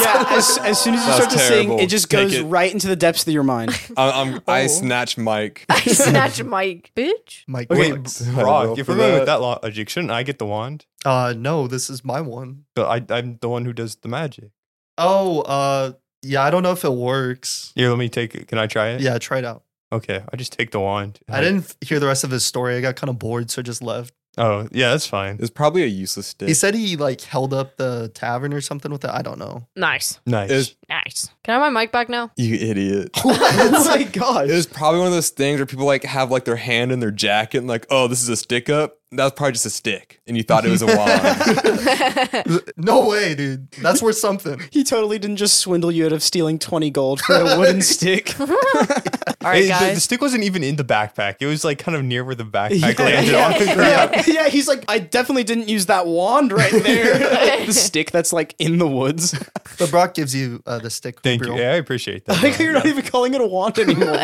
S8: Yeah,
S5: <laughs>
S8: as, as soon as you
S3: That
S8: start
S3: was
S8: to sing,
S3: terrible.
S8: it just
S3: Take
S8: goes
S3: it.
S8: right into the depths of
S5: <laughs>
S8: your mind.
S3: I, am
S6: Oh.
S3: I snatch Mike.
S7: I snatch Mike, bitch.
S5: Mike,
S6: Wait,
S5: Wicks.
S6: Brock, if
S3: for
S6: we're going with
S3: that.
S6: that logic, shouldn't I get the wand?
S5: Uh, no, this is my one.
S6: But I, I'm the one who does the magic.
S5: Oh, uh, yeah, I don't know if it works.
S6: Here, let me take it. Can I try it?
S5: Yeah, try it out.
S6: Okay, I just take the wand.
S5: I didn't hear the rest of his story. I got kind of bored, so I just left.
S6: Oh, yeah, that's fine.
S3: It's probably a useless stick.
S5: He said he like held up the tavern or something with it. I don't
S6: <laughs>
S5: know.
S7: Nice,
S6: Nice.
S3: It's-
S7: nice. Can I have my mic back now?
S3: you idiot.
S5: oh my gosh.
S3: It was probably one of those things where people like have like their hand in their jacket and like, oh, this is a stick up. That was probably just a stick, and you thought it was a wand.
S5: no way, dude. That's worth something.
S8: he totally didn't just swindle you out of stealing 20 gold for a
S5: <laughs>
S8: wooden stick.
S7: All right,
S6: It- the- The,
S7: guys.
S6: stick wasn't even in <laughs> the backpack. It was like kind of near where the backpack
S8: <laughs> Yeah.
S6: landed on the ground.
S8: yeah, yeah, he's like, I definitely didn't use that wand
S5: <laughs>
S8: right there. <laughs> the stick that's like in the woods.
S5: <laughs> But Brock gives you uh, the stick.
S6: Thank you.
S5: Gabriel.
S6: Yeah, I appreciate
S8: Like,
S6: that.
S8: you're not even calling it a wand anymore.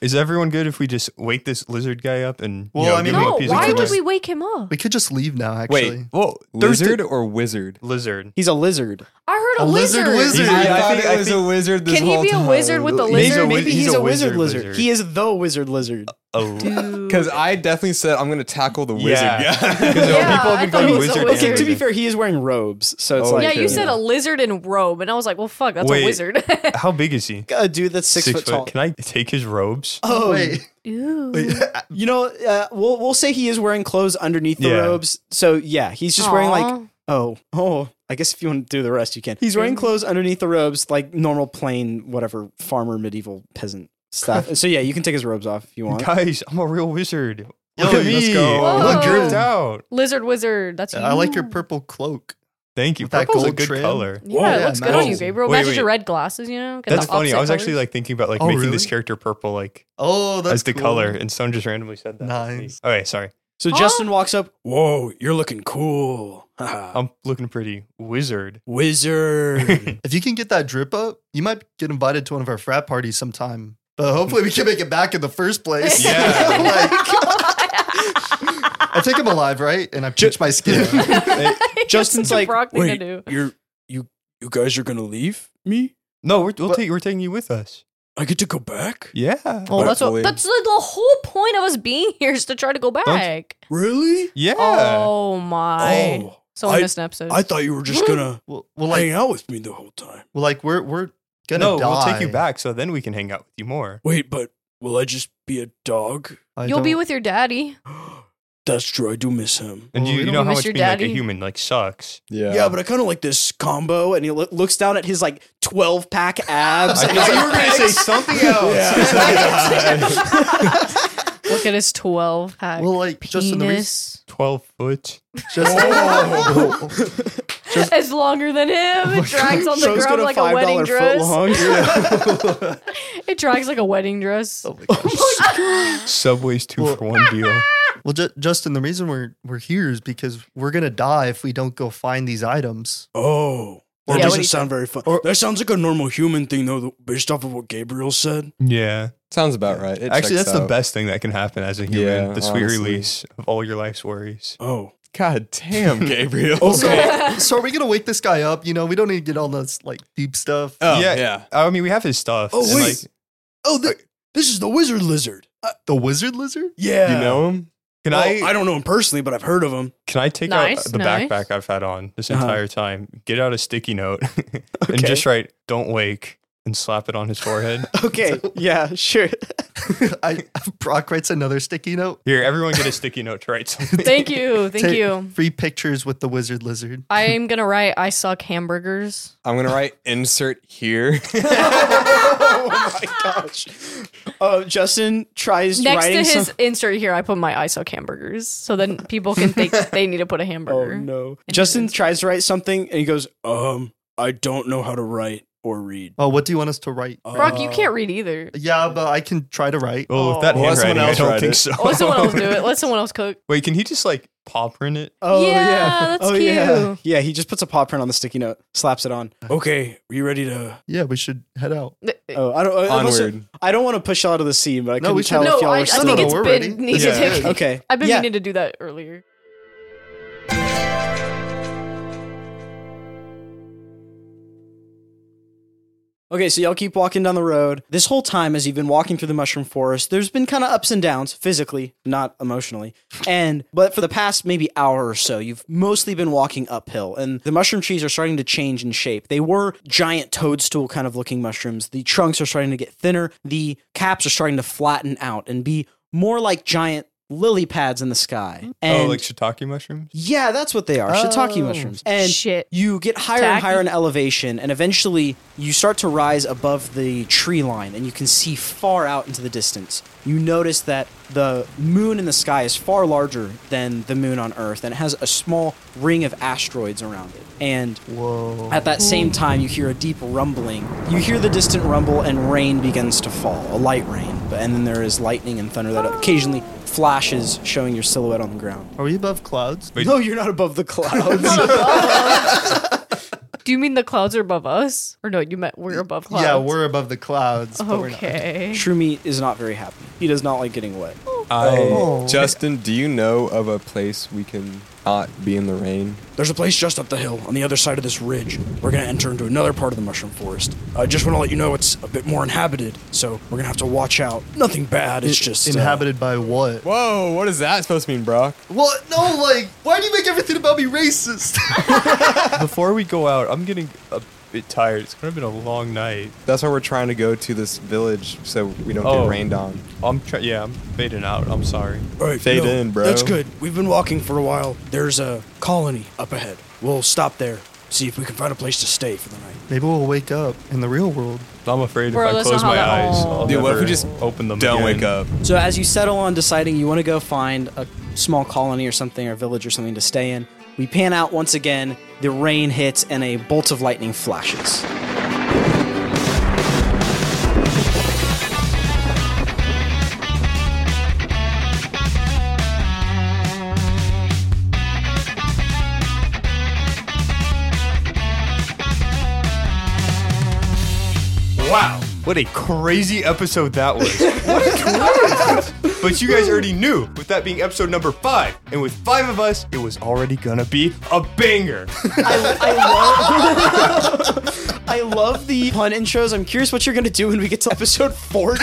S6: Is everyone good if we just wake this lizard guy up and
S5: Well,
S6: you know,
S5: I mean,
S6: give him
S7: no,
S6: a piece
S7: why
S6: of
S7: would
S6: wood?
S7: we wake him up?
S5: We could just leave now, actually.
S3: Wait,
S6: Well, there's the-
S3: lizard or wizard?
S6: lizard.
S8: he's a lizard.
S7: I heard a,
S5: A lizard wizard.
S3: I
S6: Yeah, I
S3: thought
S6: think- I
S3: it was
S6: think-
S3: a wizard. This
S7: Can he
S3: whole
S7: be a
S3: time. <laughs>
S7: wizard with the
S8: Maybe-
S7: lizard?
S6: a wi-
S8: Maybe he's, a, wizard lizard. He is the wizard lizard.
S6: Oh,
S3: Because I definitely said I'm going to tackle the wizard.
S6: Yeah.
S3: guy.
S6: So
S7: Yeah,
S6: people have
S7: I
S6: been
S7: thought
S6: going
S7: he was Oh, a
S6: wizard.
S7: wizard.
S8: Okay, to be
S6: Canada.
S8: fair, he is wearing robes, so it's
S3: Oh,
S8: like
S7: Yeah, you
S3: Yeah.
S7: said a lizard in robe, and I was like, well, fuck, that's
S6: Wait.
S7: a wizard.
S6: <laughs>
S7: <laughs>
S6: How big is he?
S8: a dude that's six, foot, tall.
S6: Can I take his robes?
S8: Oh,
S5: Wait.
S8: you know, uh, we'll we'll say he is wearing clothes underneath the
S6: Yeah.
S8: robes. So yeah, he's just wearing like
S7: Aw.
S8: oh oh. I guess if you want to do the rest, you can. He's wearing clothes underneath the robes, like normal plain whatever farmer, medieval peasant stuff. so yeah, you can take his robes off if you want.
S6: Guys, I'm a real wizard.
S5: Yo,
S6: Look at
S5: let's
S6: me.
S5: go.
S6: I Look
S7: Whoa.
S6: dripped out.
S7: lizard wizard. That's
S5: I like your
S7: you.
S5: purple cloak.
S6: Thank you.
S5: With that
S6: Purple's a
S5: gold
S6: good
S5: trim.
S6: color.
S7: Yeah,
S10: Whoa.
S7: it
S5: Yeah,
S7: looks good on you,
S5: nice.
S7: Gabriel.
S6: Wait,
S7: Matches
S6: wait.
S7: your red glasses, you know? Get the
S6: That's funny. I
S7: opposite
S6: was actually
S7: colors.
S6: like thinking about like
S5: Oh,
S6: making this
S5: really?
S6: character purple, like
S5: Oh, that's
S6: as the
S5: cool.
S6: color, and someone just randomly said that.
S5: Nice.
S6: All right, sorry.
S8: So Justin walks up.
S10: Whoa, you're looking cool. Haha.
S6: I'm looking pretty wizard.
S10: Wizard.
S5: If you can get that drip up, you might get invited to one of our frat parties sometime. But hopefully, we can make it back in the first place. <laughs>
S6: <laughs> Yeah.
S7: <laughs>
S5: Like- I think I'm alive, right? And I pitch my
S6: <laughs>
S5: skin.
S7: <laughs>
S8: Justin's
S7: Such a
S8: like,
S7: Brock thing to
S10: Wait,
S7: do.
S10: you're you you guys are gonna leave me?
S6: No, we're we'll take, we're taking you with us.
S10: I get to go back?
S6: Yeah.
S7: Well, that's what,
S3: Hopefully.
S7: that's the, the whole point of us being here is to try to go back.
S10: Really?
S6: Yeah.
S7: Oh my!
S10: Oh,
S7: so
S10: I-
S7: we missed an episode.
S10: I thought you were just gonna
S5: well, well,
S10: hang
S5: like,
S10: out with me the whole time.
S5: well, like we're we're gonna
S6: no,
S5: die.
S6: we'll take you back, so then we can hang out with you more.
S10: Wait, but will I just be a dog?
S5: I
S7: You'll be
S5: don't-
S7: with your daddy.
S10: That's true. I do miss him.
S6: And
S5: Well,
S6: you,
S5: we
S6: you
S5: don't
S6: know how
S7: miss
S6: much
S7: your
S6: being like a
S7: daddy.
S6: human like sucks.
S3: yeah.
S10: Yeah, but I kind of like this combo, and he lo- looks down at his like twelve pack abs.
S6: I
S10: and he's
S6: thought you were
S10: like,
S6: gonna say
S5: <laughs>
S6: something else.
S7: Look at his <laughs> twelve pack.
S5: Well, like Justin, the reason,
S7: penis.
S6: Twelve foot.
S5: Justin, <laughs>
S7: <laughs> it's longer than him. It drags on the
S8: Show's
S7: ground like
S8: got
S7: a wedding
S8: $5 foot
S7: dress. <laughs>
S8: long.
S7: It drags like a wedding <laughs> dress.
S6: Subway's two
S5: Well-
S6: for one deal.
S5: well, Ju- Justin, the reason we're we're here is because we're gonna die if we don't go find these items.
S10: "Oh." That
S7: Yeah, what
S10: doesn't
S7: he
S10: sound very fun. that sounds like a normal human thing, though, th- based off of what Gabriel said.
S6: Yeah.
S3: Sounds about right. It
S6: Actually,
S3: checks
S6: that's the
S3: out.
S6: best thing that can happen as a human.
S3: Yeah,
S6: the sweet
S3: honestly.
S6: release of all your life's worries.
S10: Oh,
S3: God damn, <laughs> Gabriel.
S5: Okay. So, so are we gonna wake this guy up? You know, we don't need to get all this like deep stuff.
S3: Oh, yeah.
S6: I mean, we have his stuff.
S10: Oh,
S6: and,
S10: wait.
S6: like,
S10: oh, th- this is the wizard lizard. I-
S5: the wizard lizard? <laughs>
S10: yeah,
S3: You know him?
S6: can
S10: Well,
S6: I,
S10: I don't know him personally, but I've heard of him.
S6: can I take
S7: Nice,
S6: out the
S7: nice.
S6: backpack I've had on this
S10: Uh-huh.
S6: entire time? Get out a sticky note <laughs> and just write "Don't wake" and slap it on his forehead.
S8: okay, yeah, sure.
S5: I Brock writes another sticky note.
S6: Here, everyone, get a sticky note to write something.
S7: <laughs> Thank <laughs> you, thank
S5: Take
S7: you.
S5: Free pictures with the wizard lizard.
S7: I am gonna write. I suck hamburgers.
S3: I'm going to write insert here.
S8: oh my gosh. Uh, Justin tries
S7: Next to
S8: writing
S7: his
S8: some-
S7: insert here, I put my I suck hamburgers, so then people can <laughs> think they need to put a
S8: Oh
S7: hamburger.
S8: no. Justin tries to write something and he goes, "Oh,
S10: Um, I don't know how to write or read.
S5: Oh, what do you want us to write?
S7: Brock, you can't read either.
S5: Yeah, but I can try to write. Oh.
S6: Well, with that
S3: Well, let someone
S6: handwriting, I
S3: else
S6: don't
S3: write
S6: think
S3: it.
S6: so.
S7: Oh, Let someone else do it. Let someone else cook.
S6: Wait, can he just like paw print it?
S8: Oh yeah,
S7: Yeah, that's
S8: oh, Yeah.
S7: cute.
S8: yeah, he just puts a paw print on the sticky note, slaps it on.
S10: Okay, are you ready to?
S5: Yeah, we should head out.
S8: Oh, I don't. I- unless-
S3: Onward.
S8: I don't want to push y'all to the scene, but I
S5: No,
S8: couldn't
S5: we
S8: tell
S5: should-
S7: No,
S8: if y'all
S7: I, I
S8: were still.
S7: think
S5: no,
S7: it's
S5: we're ready.
S7: been needed.
S5: Yeah.
S7: to-
S8: <laughs> okay.
S7: I've been
S8: yeah.
S7: meaning to do that earlier.
S8: Okay, so y'all keep walking down the road. This whole time, as you've been walking through the mushroom forest, there's been kind of ups and downs physically, not emotionally. And, but for the past maybe hour or so, you've mostly been walking uphill, and the mushroom trees are starting to change in shape. They were giant toadstool kind of looking mushrooms. The trunks are starting to get thinner, the caps are starting to flatten out and be more like giant lily pads in the sky. And
S6: oh, like shiitake mushrooms?
S8: yeah, that's what they are. Shiitake mushrooms. And
S7: Oh, Shit.
S8: you get higher and
S7: Tacky.
S8: higher in elevation, and eventually you start to rise above the tree line, and you can see far out into the distance. You notice that the moon in the sky is far larger than the moon on Earth, and it has a small ring of asteroids around it. And at that same time, you hear a deep rumbling. You hear the distant rumble, and rain begins to fall, a light rain. But- And then there is lightning and thunder that occasionally flashes, showing your silhouette on the ground.
S5: Are we above clouds?
S8: No, you're not above the clouds. <laughs>
S7: Do you mean the clouds are above us? Or no, you meant we're above clouds.
S5: Yeah, we're above the clouds, but we're not.
S7: Okay.
S8: Shroomy is not very happy. He does not like getting wet.
S3: I,
S5: Oh.
S3: Justin, do you know of a place we can not be in the rain?
S10: There's a place just up the hill on the other side of this ridge. We're gonna enter into another part of the mushroom forest. I just want to let you know it's a bit more inhabited, so we're gonna have to watch out. Nothing bad. It's just uh,
S5: Inhabited by what?
S3: Whoa, what is that supposed to mean, Brock?
S5: What? No, like, why do you make everything about me racist?
S6: <laughs>
S5: <laughs>
S6: Before we go out, I'm getting a bit tired. It's gonna have been a long night.
S3: That's why we're trying to go to this village so we don't
S6: Oh.
S3: get rained on.
S6: I'm try- yeah, I'm fading out. I'm sorry.
S10: all right,
S3: fade in, bro.
S10: That's good. We've been walking for a while. There's a colony up ahead. We'll stop there, see if we can find a place to stay for the night.
S5: Maybe we'll wake up in the real world.
S6: I'm afraid
S7: Bro,
S6: if I
S7: that's
S6: close
S7: not
S6: my
S7: how that-
S6: eyes,
S7: Aw.
S6: I'll
S3: Dude, what if we
S6: never
S3: just
S6: open them?
S3: Don't
S6: again.
S3: wake up.
S8: So as you settle on deciding you want to go find a small colony or something or village or something to stay in, we pan out once again, the rain hits and a bolt of lightning flashes.
S6: Wow, what a crazy episode that was. <laughs> what a coincidence. <laughs> But you guys already knew, with that being episode number five, and with five of us, it was already gonna be a banger.
S8: I, I love <laughs> I love the pun intros. I'm curious what you're gonna do when we get to episode 40.
S6: <laughs>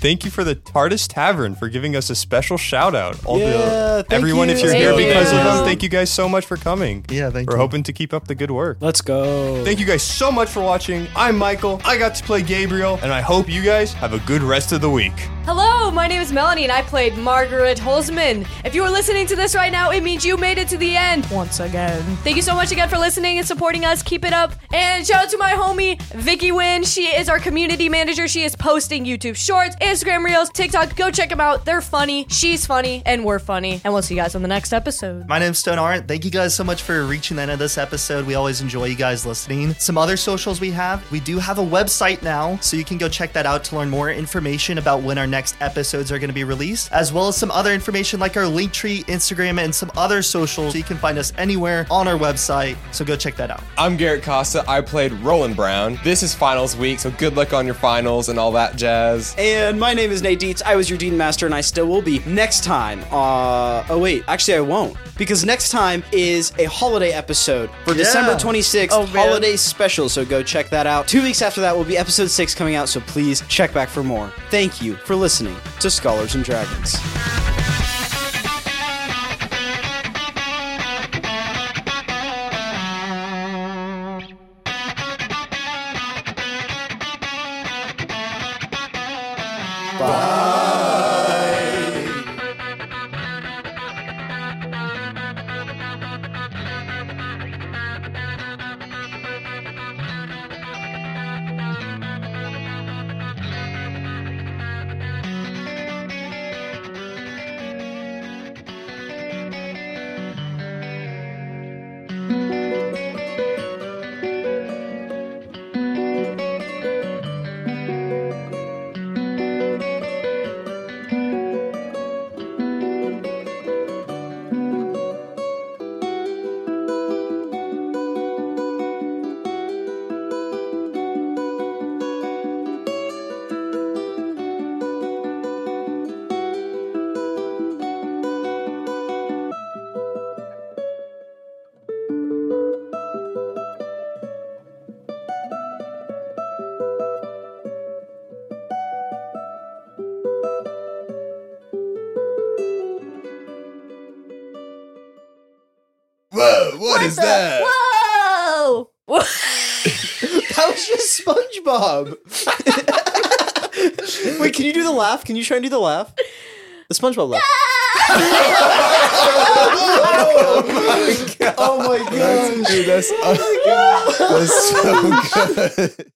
S6: Thank you for the TARDIS Tavern for giving us a special shout out. All the-
S8: Yeah, thank
S6: everyone, if
S8: you.
S6: you're
S8: Thank
S6: here
S7: you.
S6: because of them, thank you guys so much for coming.
S5: Yeah, thank
S6: We're
S5: you.
S6: hoping to keep up the good work.
S8: Let's go.
S6: Thank you guys so much for watching. I'm Michael. I got to play Gabriel, and I hope you guys have a good rest of the week.
S7: Hello, my name is Melanie and I played Margaret Holzman. If you are listening to this right now, it means you made it to the end once again. Thank you so much again for listening and supporting us. Keep it up. And shout out to my homie, Vicky Wynn. She is our community manager. She is posting YouTube shorts, Instagram reels, TikTok. Go check them out. They're funny. She's funny and we're funny. And we'll see you guys on the next episode.
S5: My name's Stone Art. Thank you guys so much for reaching the end of this episode. We always enjoy you guys listening. Some other socials we have. We do have a website now, so you can go check that out to learn more information about when our next episodes are going to be released, as well as some other information like our Linktree, Instagram, and some other socials. So you can find us anywhere on our website. So go check that out.
S3: I'm Garrett Costa. I played Roland Brown. This is finals week, so good luck on your finals and all that jazz.
S8: And my name is Nate Dietz. I was your Dean Master, and I still will be next time. Uh, oh wait, actually I won't because next time is a holiday episode for December 26th, holiday special. So go check that out. Two weeks after that will be episode six coming out. So please check back for more. Thank you for listening to Scholars and Dragons.
S3: Whoa, what is
S2: the-
S3: that?
S2: Whoa!
S8: That was just SpongeBob. <laughs> Wait, can you do the laugh? Can you try and do the laugh? The SpongeBob laugh. oh my god.
S3: oh Dude, that's, that's so good.